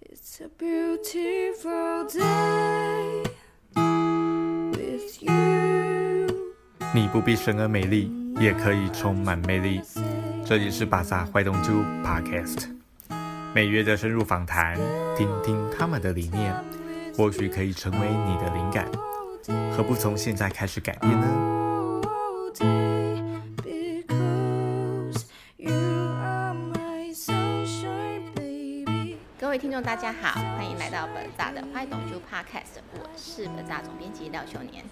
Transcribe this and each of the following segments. It's a beautiful day with you. 你不必生而美丽，也可以充满魅力。这里是巴萨坏东猪 Podcast，每月的深入访谈，听听他们的理念，或许可以成为你的灵感。何不从现在开始改变呢？ Because you are my sunshine, baby. 各位听众，大家好，欢迎来到本杂的《坏懂就 Podcast》，我是本杂总编辑廖秀年。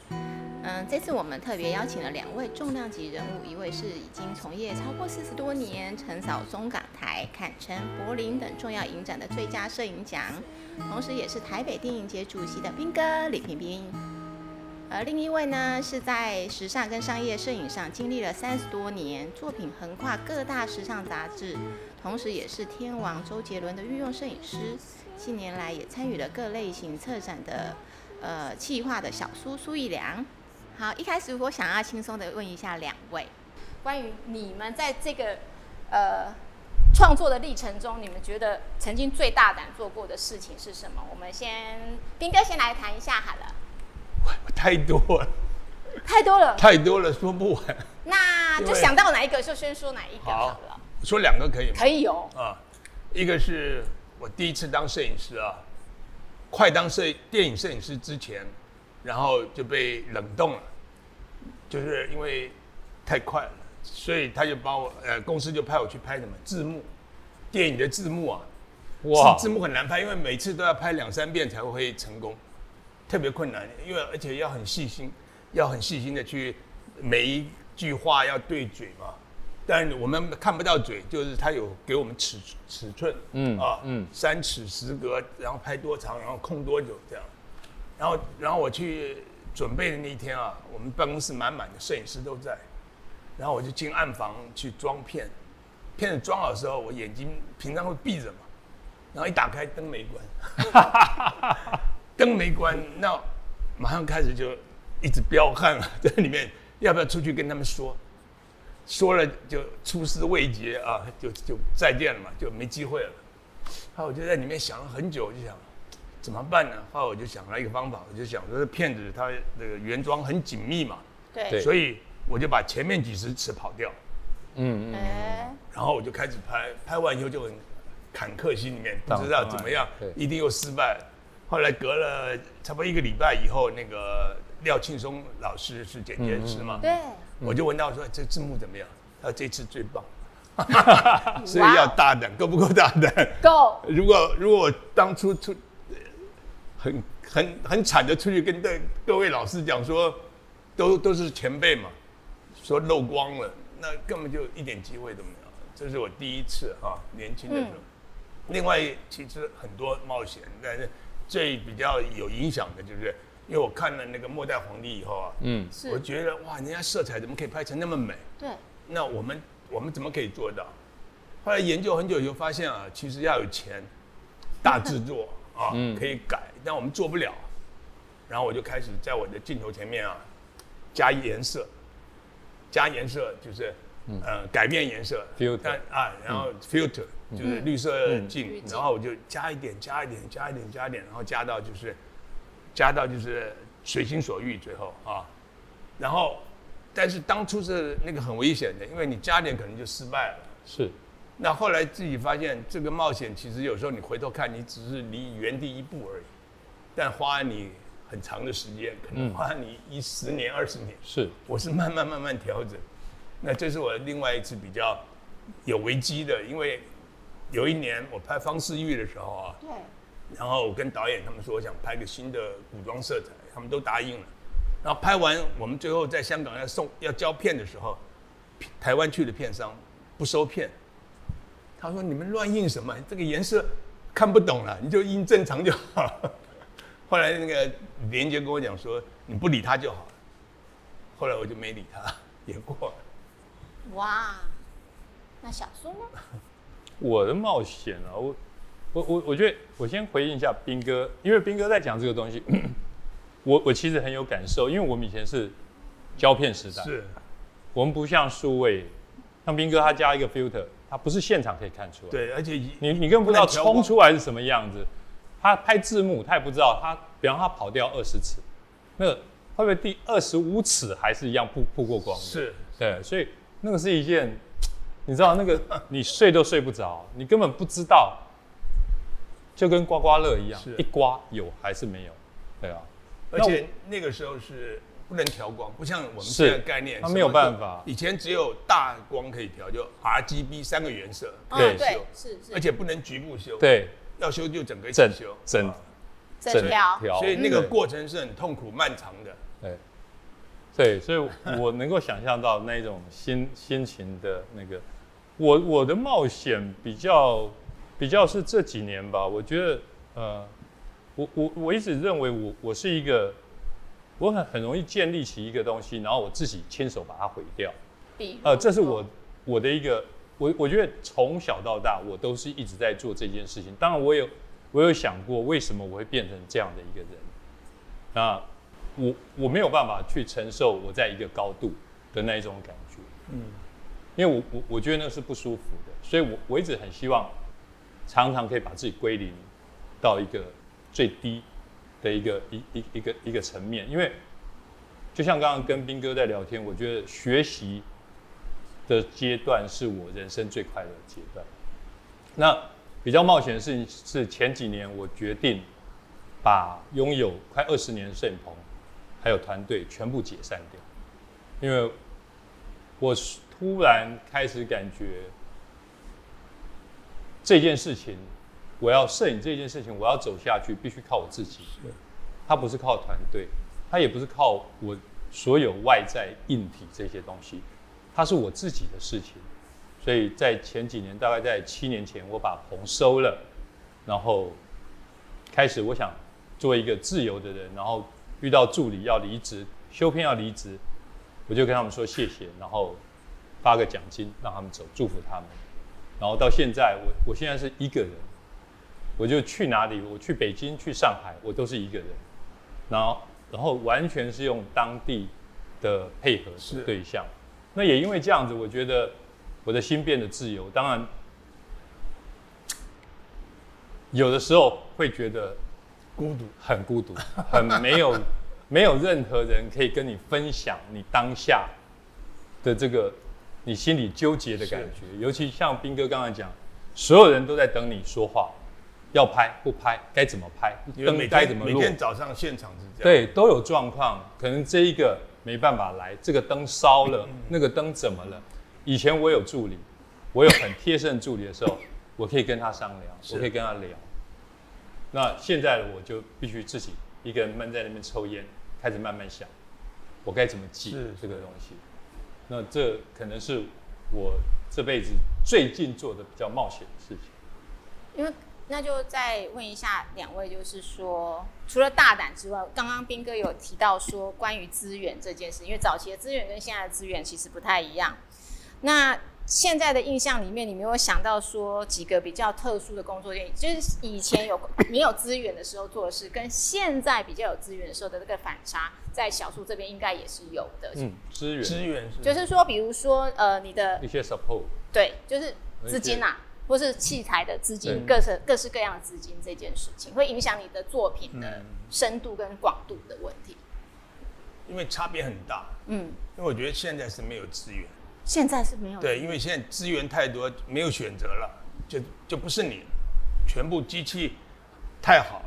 嗯，这次我们特别邀请了两位重量级人物，一位是已经从业超过四十多年，曾扫中港台、坎城、柏林等重要影展的最佳摄影奖，同时也是台北电影节主席的斌哥李平平。而呃另一位呢，是在时尚跟商业摄影上经历了三十多年，作品横跨各大时尚杂志，同时也是天王周杰伦的御用摄影师。近年来也参与了各类型策展的呃企划的小苏苏一良。好，一开始我想要轻松的问一下两位，关于你们在这个呃创作的历程中，你们觉得曾经最大胆做过的事情是什么？我们先斌哥先来谈一下好了，太多了，太多了， 太多了，说不完。那就想到哪一个就先说哪一个好了。说两个可以吗？可以哦，啊，一个是我第一次当摄影师啊，快当摄电影摄影师之前，然后就被冷冻了，就是因为太快了，所以他就把我呃公司就派我去拍什么字幕，电影的字幕啊，哇，字幕很难拍，因为每次都要拍两三遍才会成功，特别困难，因为而且要很细心，要很细心的去每一句话要对嘴嘛。但我们看不到嘴，就是他有给我们尺尺寸，嗯啊，嗯，三尺十格，然后拍多长，然后空多久这样。然后，然后我去准备的那一天啊，我们办公室满满的摄影师都在，然后我就进暗房去装片，片子装好的时候，我眼睛平常会闭着嘛，然后一打开灯没关，灯没关，那马上开始就一直彪悍了， 在里面要不要出去跟他们说？说了就出师未捷啊，就就再见了嘛，就没机会了。后来我就在里面想了很久，我就想怎么办呢？后来我就想了一个方法，我就想说这骗子他那个原装很紧密嘛，对，所以我就把前面几十尺跑掉，哎然后我就开始拍，拍完以后就很坎坷，心里面不知道怎么样，一定又失败。后来隔了差不多一个礼拜以后，那个廖庆松老师是剪接师嘛，对，我就问到说这字幕怎么样？他说这次最棒，所以要大胆，够不够大胆？够，如果如果我当初出呃很很很惨的出去跟各各位老师讲说，都都是前辈嘛，说漏光了，那根本就一点机会都没有。这是我第一次啊，年轻的时候。另外，其实很多冒险，但是最比较有影响的就是，因为我看了那个《末代皇帝》以后啊，嗯，是我觉得哇，人家色彩怎么可以拍成那么美？对，那我们我们怎么可以做到？后来研究很久以后发现啊，其实要有钱，大制作啊，可以改，但我们做不了。然后我就开始在我的镜头前面啊，加颜色，加颜色就是，呃，改变颜色 Filter 但啊，然后 filter、就是绿色镜嗯滤，镜然后我就加一点，加一点，加一点，加一点，然后加到就是，加到就是随心所欲，最后啊，然后，但是当初是那个很危险的，因为你加点可能就失败了。是那后来自己发现，这个冒险其实有时候你回头看，你只是离原地一步而已，但花你很长的时间，可能花你一十年、二十年。嗯是，我是慢慢慢慢调整。那这是我另外一次比较有危机的，因为有一年我拍方世玉的时候啊，对，然后我跟导演他们说，我想拍个新的古装色彩，他们都答应了。然后拍完，我们最后在香港要送要交片的时候，台湾去的片商不收片，他说你们乱印什么？这个颜色看不懂了，你就印正常就好了。 后来那个连杰跟我讲说，你不理他就好了。后来我就没理他，也过了。哇，那小苏呢？我的冒险啊，我我我我觉得我先回应一下斌哥，因为斌哥在讲这个东西， 我我其实很有感受，因为我们以前是胶片时代，是，我们不像数位，像斌哥他加一个 filter，他不是现场可以看出来，对，而且你你根本不知不能道调光冲出来是什么样子，他拍字幕，他也不知道他，比方他跑掉二十尺，那个会不会第二十五尺还是一样曝曝过光的？是对，所以那个是一件，你知道那个 你睡都睡不着，你根本不知道，就跟刮刮乐一样是，一刮有还是没有，对啊，而且那个时候是不能调光，不像我们是现在概念，它没有办法以前只有大光可以调，就 RGB 三个原色，对嗯，对，是是，而且不能局部修，，对，要修就整个一起整修，整啊整条条，所以那个对过程是很痛苦漫长的。对，对，所以我能够想象到那种心心情的那个，我我的冒险比较比较是这几年吧，我觉得呃，我我我一直认为我我是一个，我很很容易建立起一个东西，然后我自己亲手把它毁掉，比呃，这如是说我我的一个，我我觉得从小到大我都是一直在做这件事情。当然，我有我有想过为什么我会变成这样的一个人。那我我没有办法去承受我在一个高度的那一种感觉，嗯，因为我我我觉得那个是不舒服的，所以我我一直很希望常常可以把自己归零到一个最低的一个一一一个一个层面，因为就像刚刚跟斌哥在聊天，我觉得学习的阶段是我人生最快乐的阶段。那比较冒险的事情是前几年我决定把拥有快二十年的摄影棚还有团队全部解散掉，因为我突然开始感觉这件事情，我要摄影这件事情，我要走下去必须靠我自己，它不是靠团队，它也不是靠我所有外在硬体这些东西，它是我自己的事情。所以在前几年，大概在七年前，我把棚收了，然后开始我想做一个自由的人，然后遇到助理要离职，修片要离职，我就跟他们说谢谢，然后发个奖金让他们走，祝福他们。然后到现在，我我现在是一个人，我就去哪里，我去北京、去上海，我都是一个人，然后然后完全是用当地的配合是对象。那也因为这样子，我觉得我的心变得自由。当然，有的时候会觉得孤独，很孤独，很没有 没有任何人可以跟你分享你当下的这个你心里纠结的感觉。尤其像斌哥刚才讲，所有人都在等你说话，要拍不拍，该怎么拍，因为每灯该怎天么每落，天早上现场是这样，对，都有状况，可能这一个没办法来，这个灯烧了，嗯那个灯怎么了？以前我有助理，我有很贴身的助理的时候，我可以跟他商量，我可以跟他聊。那现在我就必须自己一个人闷在那边抽烟，开始慢慢想，我该怎么记是这个东西。那这可能是我这辈子最近做的比较冒险的事情。因为那就再问一下两位，就是说，除了大胆之外，刚刚斌哥有提到说关于资源这件事，因为早期的资源跟现在的资源其实不太一样。那现在的印象里面，你没有想到说几个比较特殊的工作点，就是以前有没有资源的时候做的事，跟现在比较有资源的时候的这个反差，在小树这边应该也是有的。嗯，资源资源是就是说，比如说，呃，你的一些 support，对，就是资金啊，或是器材的资金，对各式各式各样的资金这件事情，会影响你的作品嗯的深度跟广度的问题。因为差别很大，嗯，因为我觉得现在是没有资源，现在是没有对，因为现在资源太多，没有选择了，就就不是你了，全部机器太好了，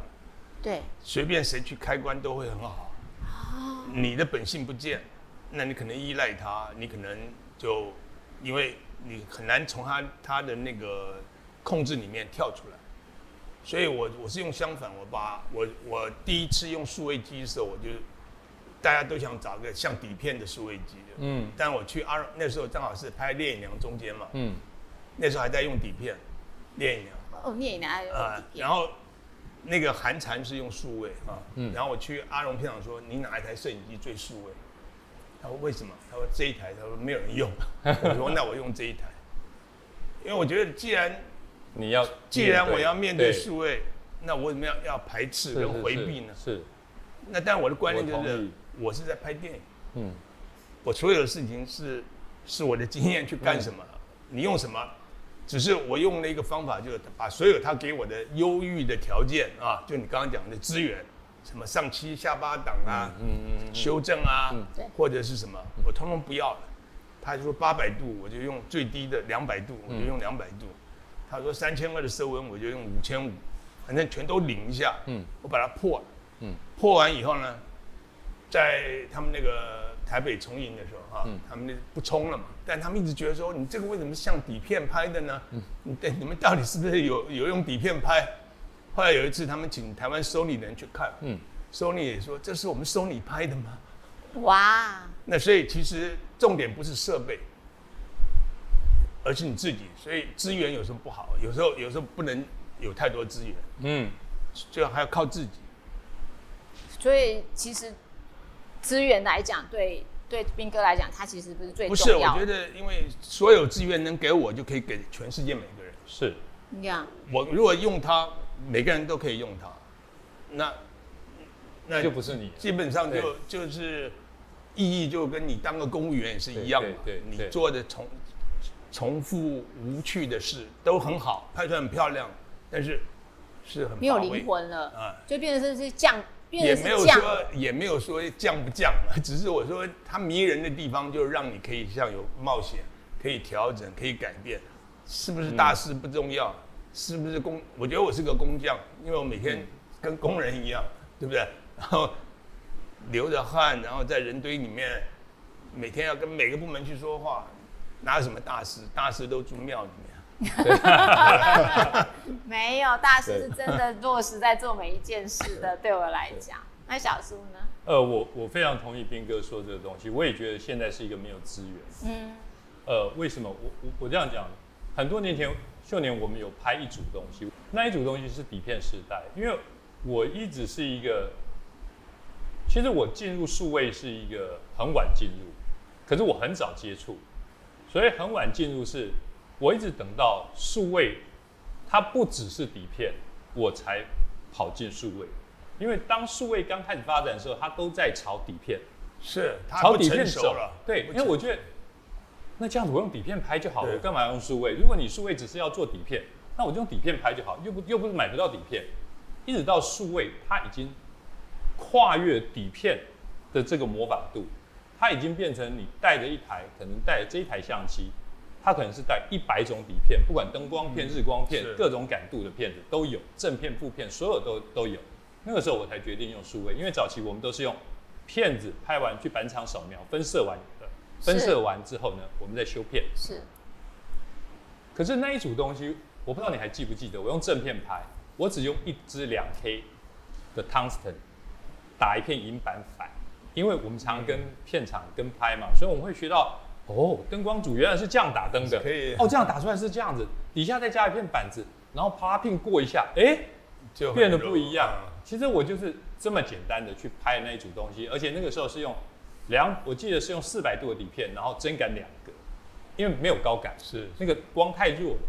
对随便谁去开关都会很好。你的本性不见，那你可能依赖它，你可能就因为你很难从它它的那个控制里面跳出来。所以我我是用相反，我把我我第一次用数位机的时候，我就大家都想找个像底片的数位机的，嗯但我去阿那时候正好是拍《烈影娘》中间嘛，嗯，那时候还在用底片，《烈影娘》。哦，聂颖拿呃，然后那个韩蝉是用数位啊，嗯然后我去阿荣片场说，你哪一台摄影机最数位？他说为什么？他说这一台，他说没有人用。我说那我用这一台，因为我觉得既然你要既然我要面对对数位，那我为什么要要排斥是跟回避呢？是。是那但我的观念我就同是意，我是在拍电影，嗯，嗯我所有的事情是是我的经验去干什么，你用什么，只是我用了一个方法，就是把所有他给我的优遇的条件啊，就你刚刚讲的资源，什么上七下八档啊，嗯嗯，修正啊，对或者是什么，我通通不要了。他就说八百度，我就用最低的两百度，我就用两百度。他说三千二的色温，我就用五千五，反正全都领一下。嗯，我把它破了。嗯，破完以后呢，在他们那个台北重影的时候啊，他们那不冲了嘛，但他们一直觉得说，你这个为什么像底片拍的呢？你对你们到底是不是有有用底片拍？后来有一次，他们请台湾 Sony 的人去看，嗯，Sony 也说这是我们 Sony 拍的吗？哇，那所以其实重点不是设备，而是你自己。所以资源有时候不好，有时候有时候不能有太多资源，嗯，就还要靠自己。所以其实资源来讲，对对斌哥来讲，他其实不是最不是，重我要觉得因为所有资源能给我，就可以给全世界每个人。是，你看，我如果用它，每个人都可以用它，那那就不是你，基本上就就是意义就跟你当个公务员也是一样嘛对对，对你对做的重重复无趣的事都很好，拍出来很漂亮，但是是很没有乏味灵魂了，啊。就变成是是降，也变没成有是降说，也没有说降不降， 只是我说它迷人的地方就是让你可以像有冒险，可以调整，可以改变，是不是大师不重要，是不是工？我觉得我是个工匠，因为我每天跟工人一样，对不对？然后流着汗，然后在人堆里面，每天要跟每个部门去说话，哪有什么大师？大师都住庙里面。没有大师对是真的落实在做每一件事的。对我来讲，那小苏呢？呃，我我非常同意斌哥说这个东西，我也觉得现在是一个没有资源。嗯，呃，为什么我我我这样讲？很多年前秀年我们有拍一组东西，那一组东西是底片时代，因为我一直是一个，其实我进入数位是一个很晚进入，可是我很早接触，所以很晚进入是，我一直等到数位，它不只是底片，我才跑进数位，因为当数位刚开始发展的时候，它都在炒底片，是，他朝不底成片熟走了。对，不因为成我觉得那这样子我用底片拍就好，对我干嘛用数位？如果你数位只是要做底片，那我就用底片拍就好，又不又不是买不到底片。一直到数位，它已经跨越底片的这个模仿度，它已经变成你带着一台，可能带着这一台相机，它可能是带一百种底片，不管灯光片、日光嗯片是、各种感度的片子都有，正片、负片，所有都都有。那个时候我才决定用数位，因为早期我们都是用片子拍完去板厂扫描，分色完的，分是色完之后呢，我们再修片。是可是那一组东西，我不知道你还记不记得，我用正片拍，我只用一支两 K 的 tungsten 打一片银板反，因为我们常跟片场跟拍嘛，所以我们会学到。哦，灯光组原来是这样打灯的，可以哦，这样打出来是这样子，底下再加一片板子，然后啪片过一下，哎、就很变得柔不一样嗯。其实我就是这么简单的去拍那一组东西，而且那个时候是用两，我记得是用四百度的底片，然后针感两个，因为没有高感，是那个光太弱了，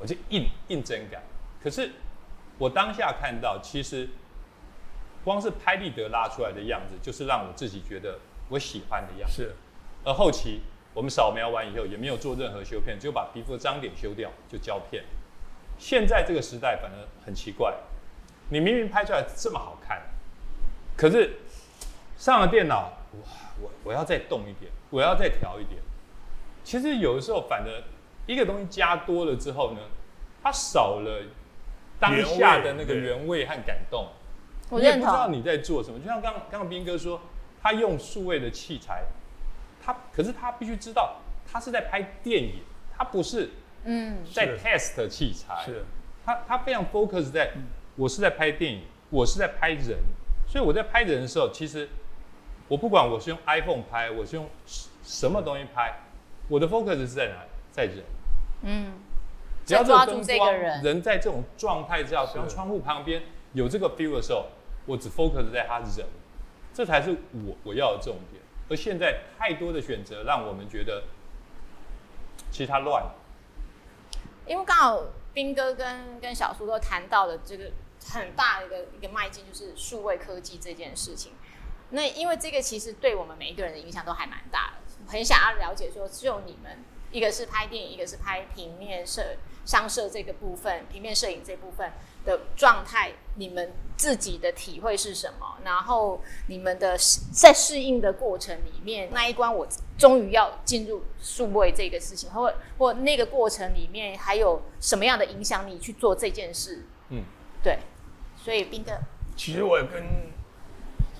我就硬硬针感。可是我当下看到，其实光是拍立得拉出来的样子，就是让我自己觉得我喜欢的样子。是，而后期我们扫描完以后，也没有做任何修片，只有把皮肤的脏点修掉，就胶片。现在这个时代反而很奇怪，你明明拍出来这么好看，可是上了电脑，哇，我我要再动一点，我要再调一点。其实有的时候，反而一个东西加多了之后呢，它少了当下的那个原味对原味和感动。我你也认不知道同，你在做什么。就像刚刚刚斌哥说，他用数位的器材，他可是他必须知道，他是在拍电影，他不是嗯，在是 test 器材。是他他非常 focus 在，嗯我是在拍电影，我是在拍人，所以我在拍人的时候，其实我不管我是用 iPhone 拍，我是用什什么东西拍，我的 focus 是在哪？在人。嗯，只要在抓这住种这灯个光，人在这种状态之下，比方是窗户旁边有这个 feel 的时候，我只 focus 在他人，这才是我我要的重点。而现在太多的选择让我们觉得，其实他乱了，因为刚好斌哥跟跟小苏都谈到了这个很大的一个一个迈进，就是数位科技这件事情。那因为这个其实对我们每一个人的影响都还蛮大的，很想要了解说，只有你们一个是拍电影，一个是拍平面摄商摄这个部分，平面摄影这部分的状态，你们自己的体会是什么？然后你们的适在适应的过程里面，那一关我终于要进入数位这个事情，或或那个过程里面还有什么样的影响你去做这件事？嗯，对，所以斌哥，其实我跟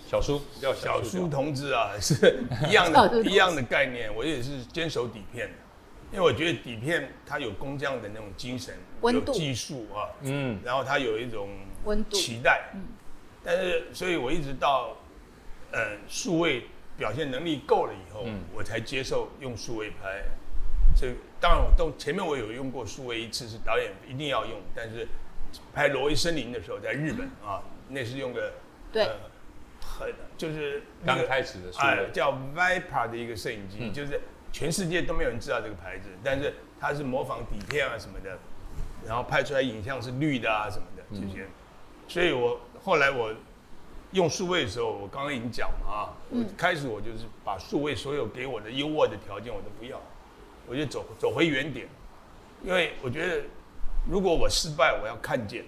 小叔叫小叔苏同志啊， 是一样哦对的对一样的概念，我也是坚守底片的，因为我觉得底片它有工匠的那种精神，温有度技术啊，嗯，然后它有一种温度期待，但是所以我一直到呃数位表现能力够了以后，嗯我才接受用数位拍。这当然我都前面我有用过数位一次，是导演一定要用，但是拍《挪威森林》的时候在日本啊，那是用的对呃很就是那个刚开始的数哎位，叫 Vipa 的一个摄影机，嗯就是全世界都没有人知道这个牌子，但是它是模仿底片啊什么的，然后拍出来影像是绿的啊什么的这些。嗯所以我后来我用数位的时候，我刚刚已经讲了啊，我开始我就是把数位所有给我的优渥的条件我都不要，我就走走回原点，因为我觉得如果我失败，我要看见，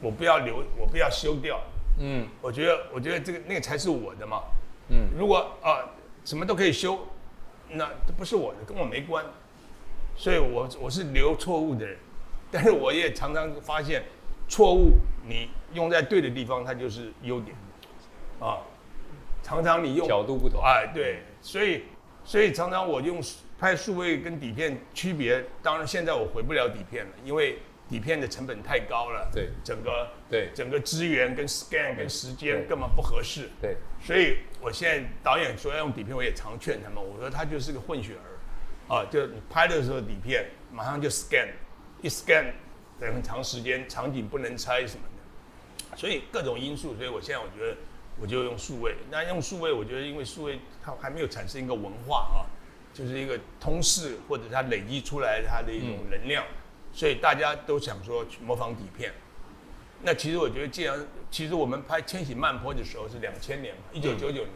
我不要留，我不要修掉。嗯我觉得，我觉得这个那个才是我的嘛。嗯如果啊、什么都可以修，那这不是我的，跟我没关。所以我我是留错误的人，但是我也常常发现，错误你用在对的地方，它就是优点，啊，常常你用角度不同啊哎，对，所以所以常常我用拍数位跟底片区别，当然现在我回不了底片了，因为底片的成本太高了，对整个对整个资源跟 scan 跟时对间根本不合适，对，所以我现在导演说要用底片，我也常劝他们，我说他就是个混血儿，啊，就你拍的时候底片马上就 scan，一 scan 等很长时间，场景不能拆什么的，所以各种因素，所以我现在我觉得我就用数位，那用数位，我觉得因为数位它还没有产生一个文化啊，就是一个通识或者它累积出来它的一种能量，所以大家都想说去模仿底片。那其实我觉得，既然其实我们拍《千禧慢坡》的时候是两千年嘛，一九九九年，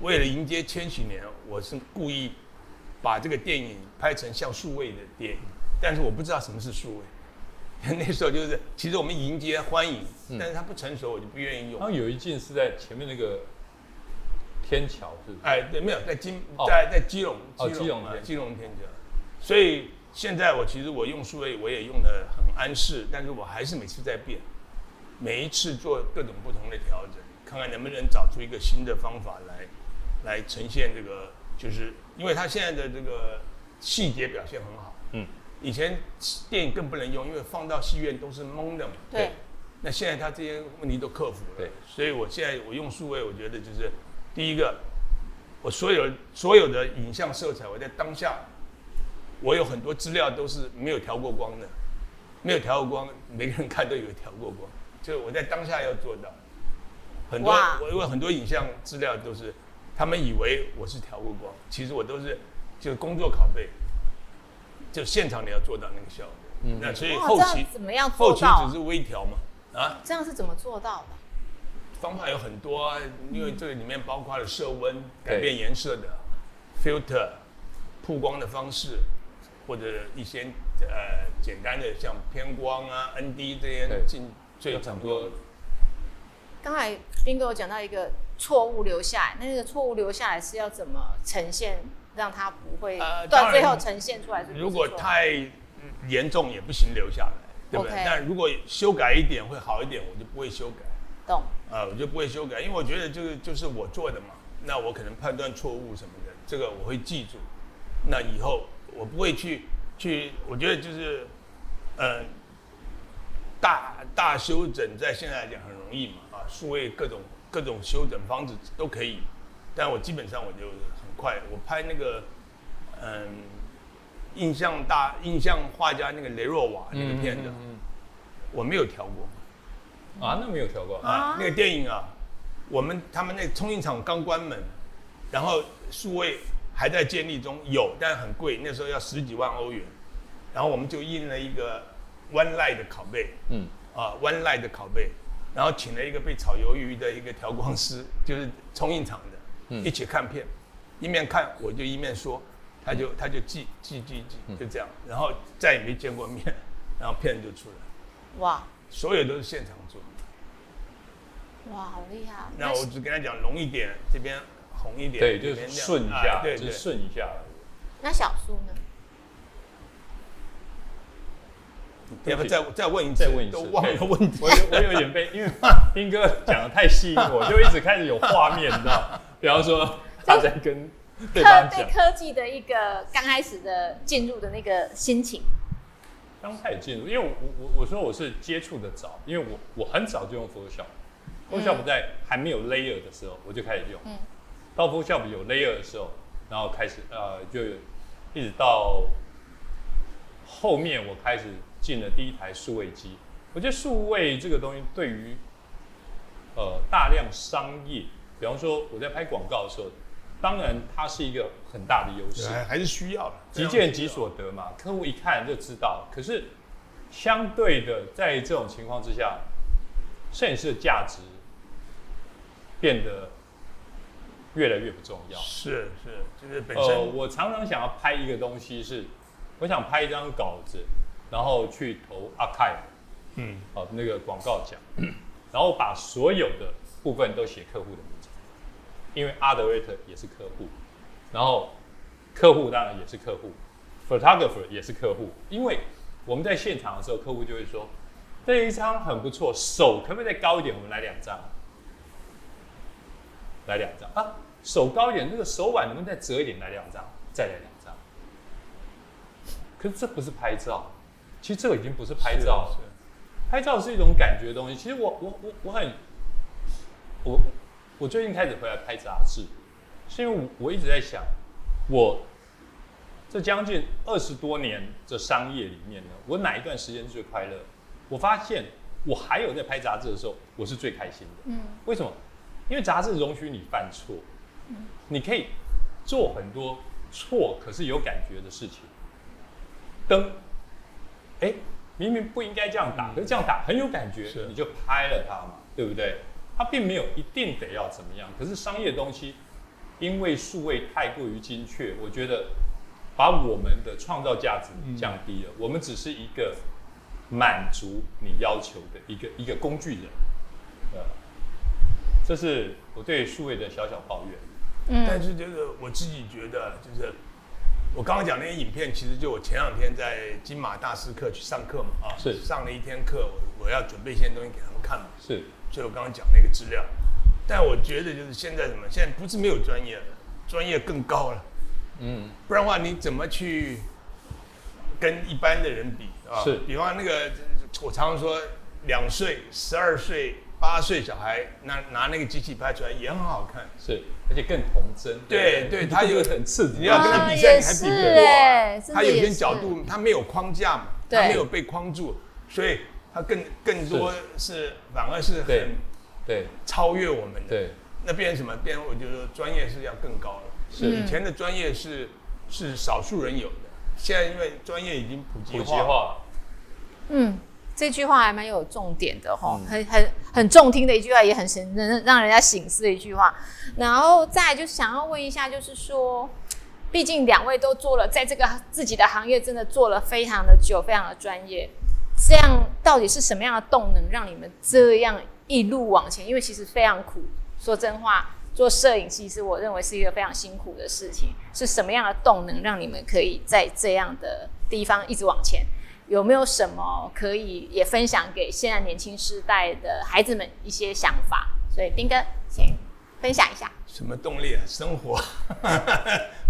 为了迎接千禧年，我是故意把这个电影拍成像数位的电影，但是我不知道什么是数位。 那时候就是，其实我们迎接欢迎，但是它不成熟，我就不愿意用然后。有一镜是在前面那个天桥，是不是？哎，对，没有在金哦，在在基隆，哦基基隆隆啊对，基隆天桥。所以现在我其实我用数位我也用的很安适，但是我还是每次在变，每一次做各种不同的调整，看看能不能找出一个新的方法来，来呈现这个，就是因为它现在的这个细节表现很好，嗯，以前电影更不能用，因为放到戏院都是蒙的嘛，对，那现在他这些问题都克服了，对所以我现在我用数位，我觉得就是第一个，我所有所有的影像色彩，我在当下，我有很多资料都是没有调过光的，没有调过光，每个人看都有调过光，就是我在当下要做到。很多哇我有很多影像资料都是，他们以为我是调过光，其实我都是就是工作拷贝，就现场你要做到那个效果。那所以哇，后这期样怎么样后做期到只啊？是微调嘛，啊，这样是怎么做到的？方法有很多啊，因为这个里面包括了色温、对改变颜色的 filter、曝光的方式，或者一些呃简单的像偏光啊、ND 这些对进最很常多多。刚才斌哥有讲到一个错误留下来，那那个错误留下来是要怎么呈现，让它不会呃到当最然后呈现出来是不是如果错太严重也不行，留下来，对不对 OK 但如果修改一点会好一点，我就不会修改。懂，啊，我就不会修改，因为我觉得这个就是我做的嘛，那我可能判断错误什么的，这个我会记住。那以后我不会去去，我觉得就是，呃，大大修整在现在来讲很容易嘛，啊，数位各种各种修整方式都可以，但我基本上我就很快，我拍那个，嗯、印象大印象画家那个雷若瓦那个片子，嗯嗯我没有调过。嗯啊，那没有调过，啊，那个电影啊，我们他们那个冲印厂刚关门，然后数位还在建立中，有但很贵，那时候要十几万欧元，然后我们就印了一个 One Light 的拷贝，嗯，啊 One Light 的拷贝，然后请了一个被炒鱿鱼的一个调光师，就是冲印厂的，一起看片，一面看我就一面说，他就他就记记记记，就这样，然后再也没见过面，然后片就出来了，哇所有都是现场做。哇，好厉害！啊那我只跟他讲浓一点，这边红一点，对，就这边是亮顺一哎下，对就对是。顺一下。那小苏呢？要不要再再问一次？再问一次，都忘了对问题。我有我有点被，因为斌哥讲的太吸引我，就一直开始有画面，你知道？比方说他在跟对科方对讲，科技的一个刚开始的进入的那个心情，刚开始进入，因为我我我我说我是接触的早，因为我我很早就用 Photoshop。Photoshop 在还没有 layer 的时候，我就开始用。嗯到 Photoshop 有 layer 的时候，然后开始呃，就一直到后面我开始进了第一台数位机。我觉得数位这个东西对于呃大量商业，比方说我在拍广告的时候，当然它是一个很大的优势。还还是需要的，即见即所得嘛，客户一看就知道。可是相对的，在这种情况之下，摄影师的价值变得越来越不重要。是是，就是本呃，身我常常想要拍一个东西是，我想拍一张稿子，然后去投 archive，嗯，哦、那个广告奖， 然后把所有的部分都写客户的名字，因为 a d r a t 也是客户，然后客户当然也是客户，photographer 也是客户，因为我们在现场的时候，客户就会说这一张很不错，手可不可以再高一点？我们来两张，来两张啊，手高一点，那个手腕能不能再折一点？来两张，再来两张。可是这不是拍照，其实这个已经不是拍照了。是啊拍照是一种感觉的东西。其实我我我我很，我我最近开始回来拍杂志，是因为我我一直在想，我这将近二十多年的商业里面呢，我哪一段时间最快乐？我发现我还有在拍杂志的时候，我是最开心的。嗯，为什么？因为杂志容许你犯错，你可以做很多错可是有感觉的事情。灯，哎、明明不应该这样打，可是这样打很有感觉是，你就拍了它嘛，对不对？它并没有一定得要怎么样，可是商业东西，因为数位太过于精确，我觉得把我们的创造价值降低了，我们只是一个满足你要求的一个一个工具人，对吧这是我对数位的小小抱怨。但是就是我自己觉得，就是我刚刚讲那些影片，其实就我前两天在金马大师课去上课嘛，啊，是上了一天课，我我要准备一些东西给他们看嘛，是，所以我刚刚讲那个资料。但我觉得就是现在什么，现在不是没有专业了，专业更高了，嗯，不然的话你怎么去跟一般的人比啊？是比方那个我常常说，两岁、十二岁、八岁小孩拿拿那个机器拍出来也很好看，是，而且更童真。哎对对，他有很刺激。啊你要跟他比赛，你还比不过啊、也是欸他有真的也些是角度，他没有框架嘛，对他没有被框住，所以他更更多是反而是对很对超越我们的。对，那变成什么？变成我觉得专业是要更高了。是以前的专业是是少数人有的，现在因为专业已经普及普化，及化。嗯，这句话还蛮有重点的哈、很很很中听的一句话，也很神能让人家醒思的一句话。然后再来就想要问一下，就是说，毕竟两位都做了，在这个自己的行业真的做了非常的久，非常的专业。这样到底是什么样的动能让你们这样一路往前？因为其实非常苦，说真话，做摄影其实我认为是一个非常辛苦的事情。是什么样的动能让你们可以在这样的地方一直往前？有没有什么可以也分享给现在年轻世代的孩子们一些想法？所以斌哥，请分享一下。什么动力啊？生活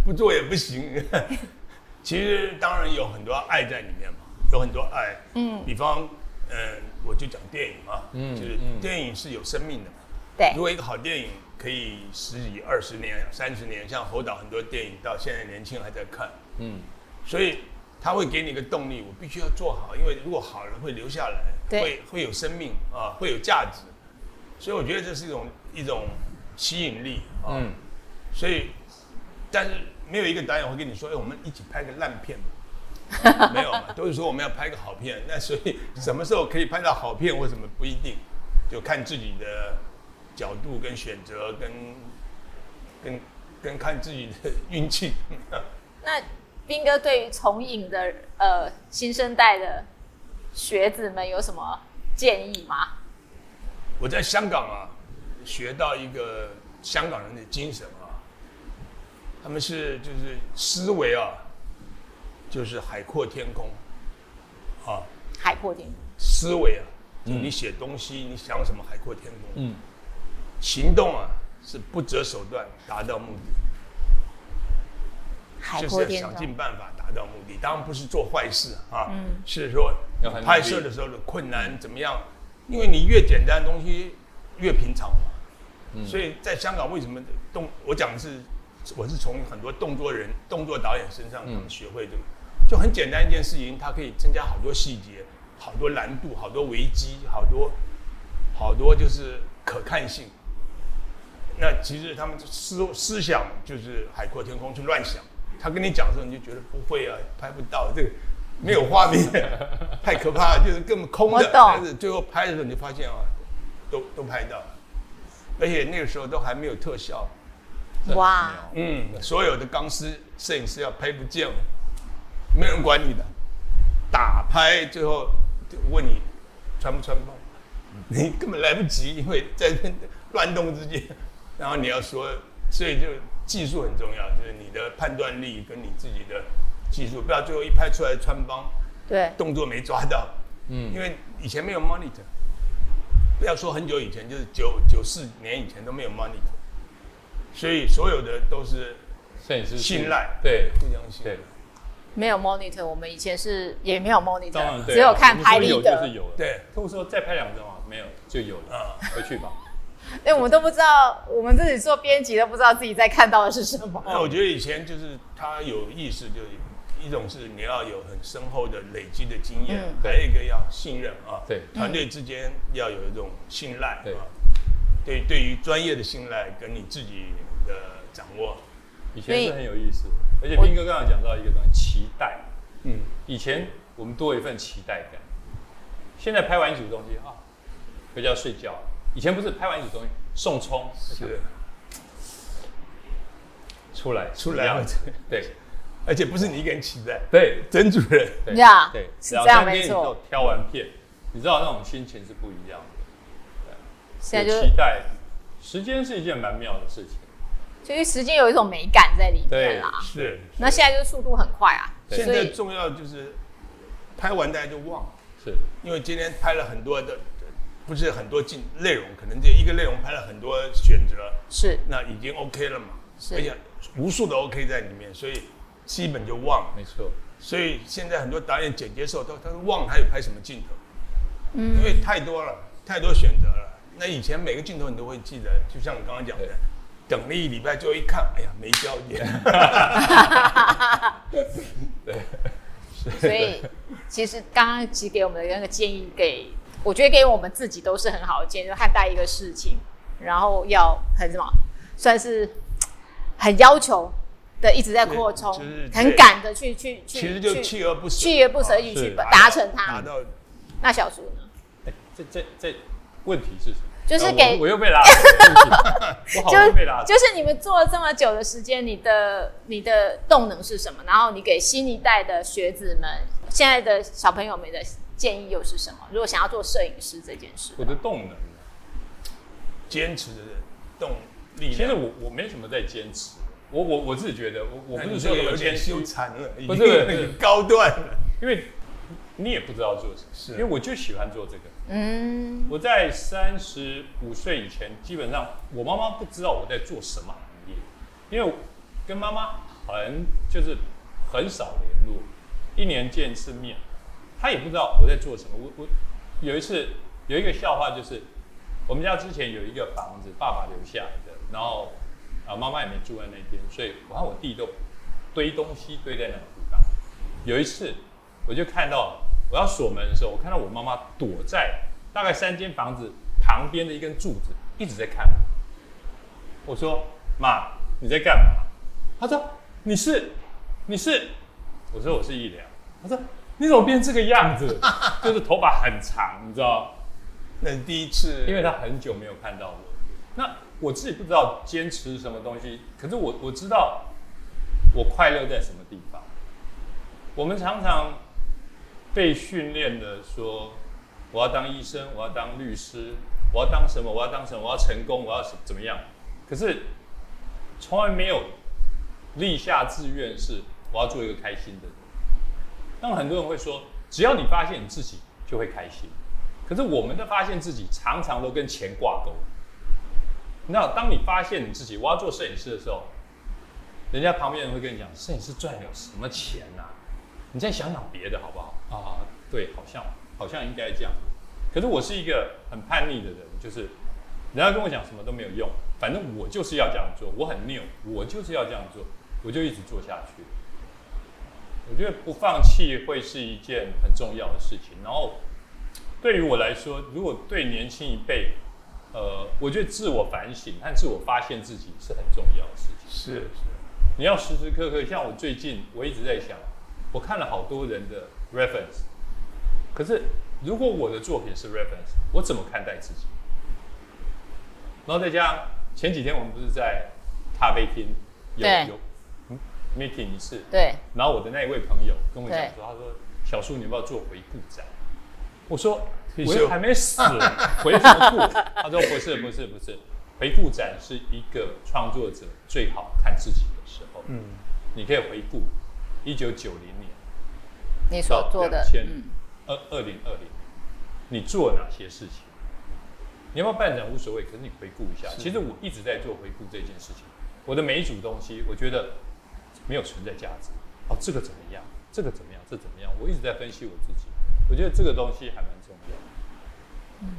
不做也不行。 其实当然有很多爱在里面嘛，有很多爱。嗯，比方，嗯、我就讲电影嘛，嗯，就是电影是有生命的嘛。对如，果一个好电影可以十几、二十年、三十年，像侯导很多电影到现在年轻人还在看，嗯，所以他会给你一个动力，我必须要做好，因为如果好了会留下来，对会会有生命啊，会有价值。所以我觉得这是一种一种吸引力啊。嗯，所以，但是没有一个导演会跟你说，哎、我们一起拍个烂片吧。没有嘛，都是说我们要拍个好片。那所以什么时候可以拍到好片，为什么不一定，就看自己的角度跟选择，跟跟跟看自己的运气。那斌哥对于从影的呃新生代的学子们有什么建议吗？我在香港啊，学到一个香港人的精神啊，他们是就是思维啊，就是海阔天空啊，海阔天空。思维啊，就你写东西、你想什么海阔天空，嗯，行动啊是不择手段达到目的，海就阔是要天想空尽。办法达到目的，当然不是做坏事啊，嗯是说要很努力拍摄的时候的困难怎么样，因为你越简单的东西越平常嘛，嗯所以在香港为什么动？我讲的是，我是从很多动作人、动作导演身上嗯他们学会这个，就很简单一件事情，它可以增加好多细节、好多难度、好多危机、好多好多就是可看性。那其实他们思思想就是海阔天空去乱想，他跟你讲的时候你就觉得不会啊，拍不到这个没有画面，太可怕了，就是根本空我的懂。但是最后拍的时候你就发现啊，都都拍到了，而且那个时候都还没有特效，哇，嗯，所有的钢丝摄影师要拍不见了，没人管你的，打拍最后就问你穿不穿帮，你根本来不及，因为在那乱动之间，然后你要说，所以就技术很重要，就是你的判断力跟你自己的技术，不要最后一拍出来穿帮，对，动作没抓到，嗯，因为以前没有 monitor，不要说很久以前，就是九九四年以前都没有 monitor，所以所有的都是摄影师是信赖对互相信对任。，没有 monitor，我们以前是也没有当然 monitor，对啊，只有看我们拍说立有就是得，有了。对客户说再拍两张啊，没有就有了，啊，回去吧。哎对，我们都不知道，我们自己做编辑都不知道自己在看到的是什么。哦那我觉得以前就是他有意识，就是一种是你要有很深厚的累积的经验，嗯还有一个要信任啊，对团队之间要有一种信赖对啊，对，对于专业的信赖跟你自己的掌握，以所前以是很有意思的，而且斌哥刚才讲到一个东西，期待。嗯，以前我们多一份期待感，现在拍完一组东西啊，回家睡觉。以前不是拍完一组东西送冲是出来出一来样了，对而且不是你一个人期待，对曾主任。对呀对，是两这样三没天以错后挑完片，你知道那种心情是不一样的。现在有就期是待，时间是一件蛮妙的事情。就是时间有一种美感在里面对啦。是，那现在就是速度很快啊，对现所在以重要就是拍完大家就忘了，是因为今天拍了很多的，不是很多进内容，可能这一个内容拍了很多选择，是那已经 OK 了嘛，是而且无数的 OK 在里面，所以基本就忘了。没错，所以现在很多导演剪接的时候，他他都忘了还有拍什么镜头，嗯，因为太多了，太多选择了。那以前每个镜头你都会记得，就像你刚刚讲的对，等了一礼拜最后一看，哎呀没焦点，所以其实刚刚其实给我们的那个建议给，我觉得给我们自己都是很好的建议，就看待一个事情，然后要很什么，算是很要求的，一直在扩充，对就是很赶的去去去， 其实就去锲而不舍，啊锲而不舍地是去达成达它。到那小叔呢？哎，这这这问题是什么？就是呃我给我又被拉了， 对不起我好容易被拉就走。是你们做了这么久的时间，你的你的动能是什么？然后你给新一代的学子们，现在的小朋友们的建议又是什么？如果想要做摄影师这件事，我的动能，坚持的动力量。其实我我没什么在坚持，我我我自己觉得，我我那不你是这说个什么有谦点虚羞，惭了，已不经是 不是很高段了。因为你也不知道做什么，是因为我就喜欢做这个。嗯，我在三十五岁以前，基本上我妈妈不知道我在做什么行业，因为跟妈妈很就是很少联络，一年见一次面，她也不知道我在做什么。我我有一次有一个笑话，就是我们家之前有一个房子，爸爸留下来的，然后啊妈妈也没住在那边，所以我和我弟都堆东西堆在那个地方。有一次，我就看到我要锁门的时候，我看到我妈妈躲在大概三间房子旁边的一根柱子，一直在看我。我说：“妈，你在干嘛？”她说：“你是，你是。”我说：“我是医疗。”她说：“你怎么变这个样子？就是头发很长，你知道？那是第一次，因为她很久没有看到我。那我自己不知道坚持什么东西，可是我我知道我快乐在什么地方？我们常常被训练的说，我要当医生，我要当律师，我要当什么？我要当什么？我要成功，我要什怎么样？可是从来没有立下志愿是我要做一个开心的人。那么很多人会说，只要你发现你自己就会开心。可是我们的发现自己常常都跟钱挂钩。那当你发现你自己我要做摄影师的时候，人家旁边人会跟你讲，摄影师赚了什么钱呐、你再想想别的好不好？啊，对，好像好像应该这样。可是我是一个很叛逆的人，就是人家跟我讲什么都没有用，反正我就是要这样做，我很拗，我就是要这样做，我就一直做下去。我觉得不放弃会是一件很重要的事情。然后对于我来说，如果对年轻一辈，呃，我觉得自我反省和自我发现自己是很重要的事情。是是，你要时时刻刻，像我最近我一直在想，我看了好多人的 reference，可是如果我的作品是 reference，我怎么看待自己？然后再加上前几天我们不是在咖啡厅有对有嗯 meeting 一次，对，然后我的那一位朋友跟我讲对说，他说小树你要不要做回顾展？我说退我休又还没死，回什么顾？ 他说不是不是不是，回顾展是一个创作者最好看自己的时候。嗯，你可以回顾一九九零年你到所做的两，千嗯，二二零二零，你做了哪些事情？你要不要办展无所谓，可是你回顾一下。其实我一直在做回顾这件事情，我的每一组东西，我觉得没有存在价值。哦，这个怎么样？这个怎么样？这怎么样？我一直在分析我自己，我觉得这个东西还蛮重要的。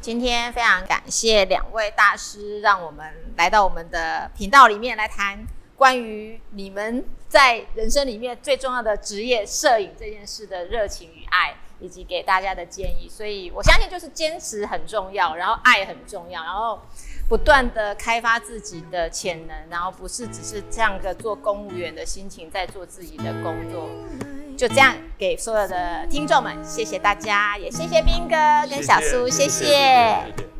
今天非常感谢两位大师，让我们来到我们的频道里面来谈关于你们在人生里面最重要的职业摄影这件事的热情与爱，以及给大家的建议。所以我相信，就是坚持很重要，然后爱很重要，然后不断的开发自己的潜能，然后不是只是这样个做公务员的心情在做自己的工作。就这样给所有的听众们，谢谢大家，也谢谢斌哥跟小苏，谢谢谢谢谢。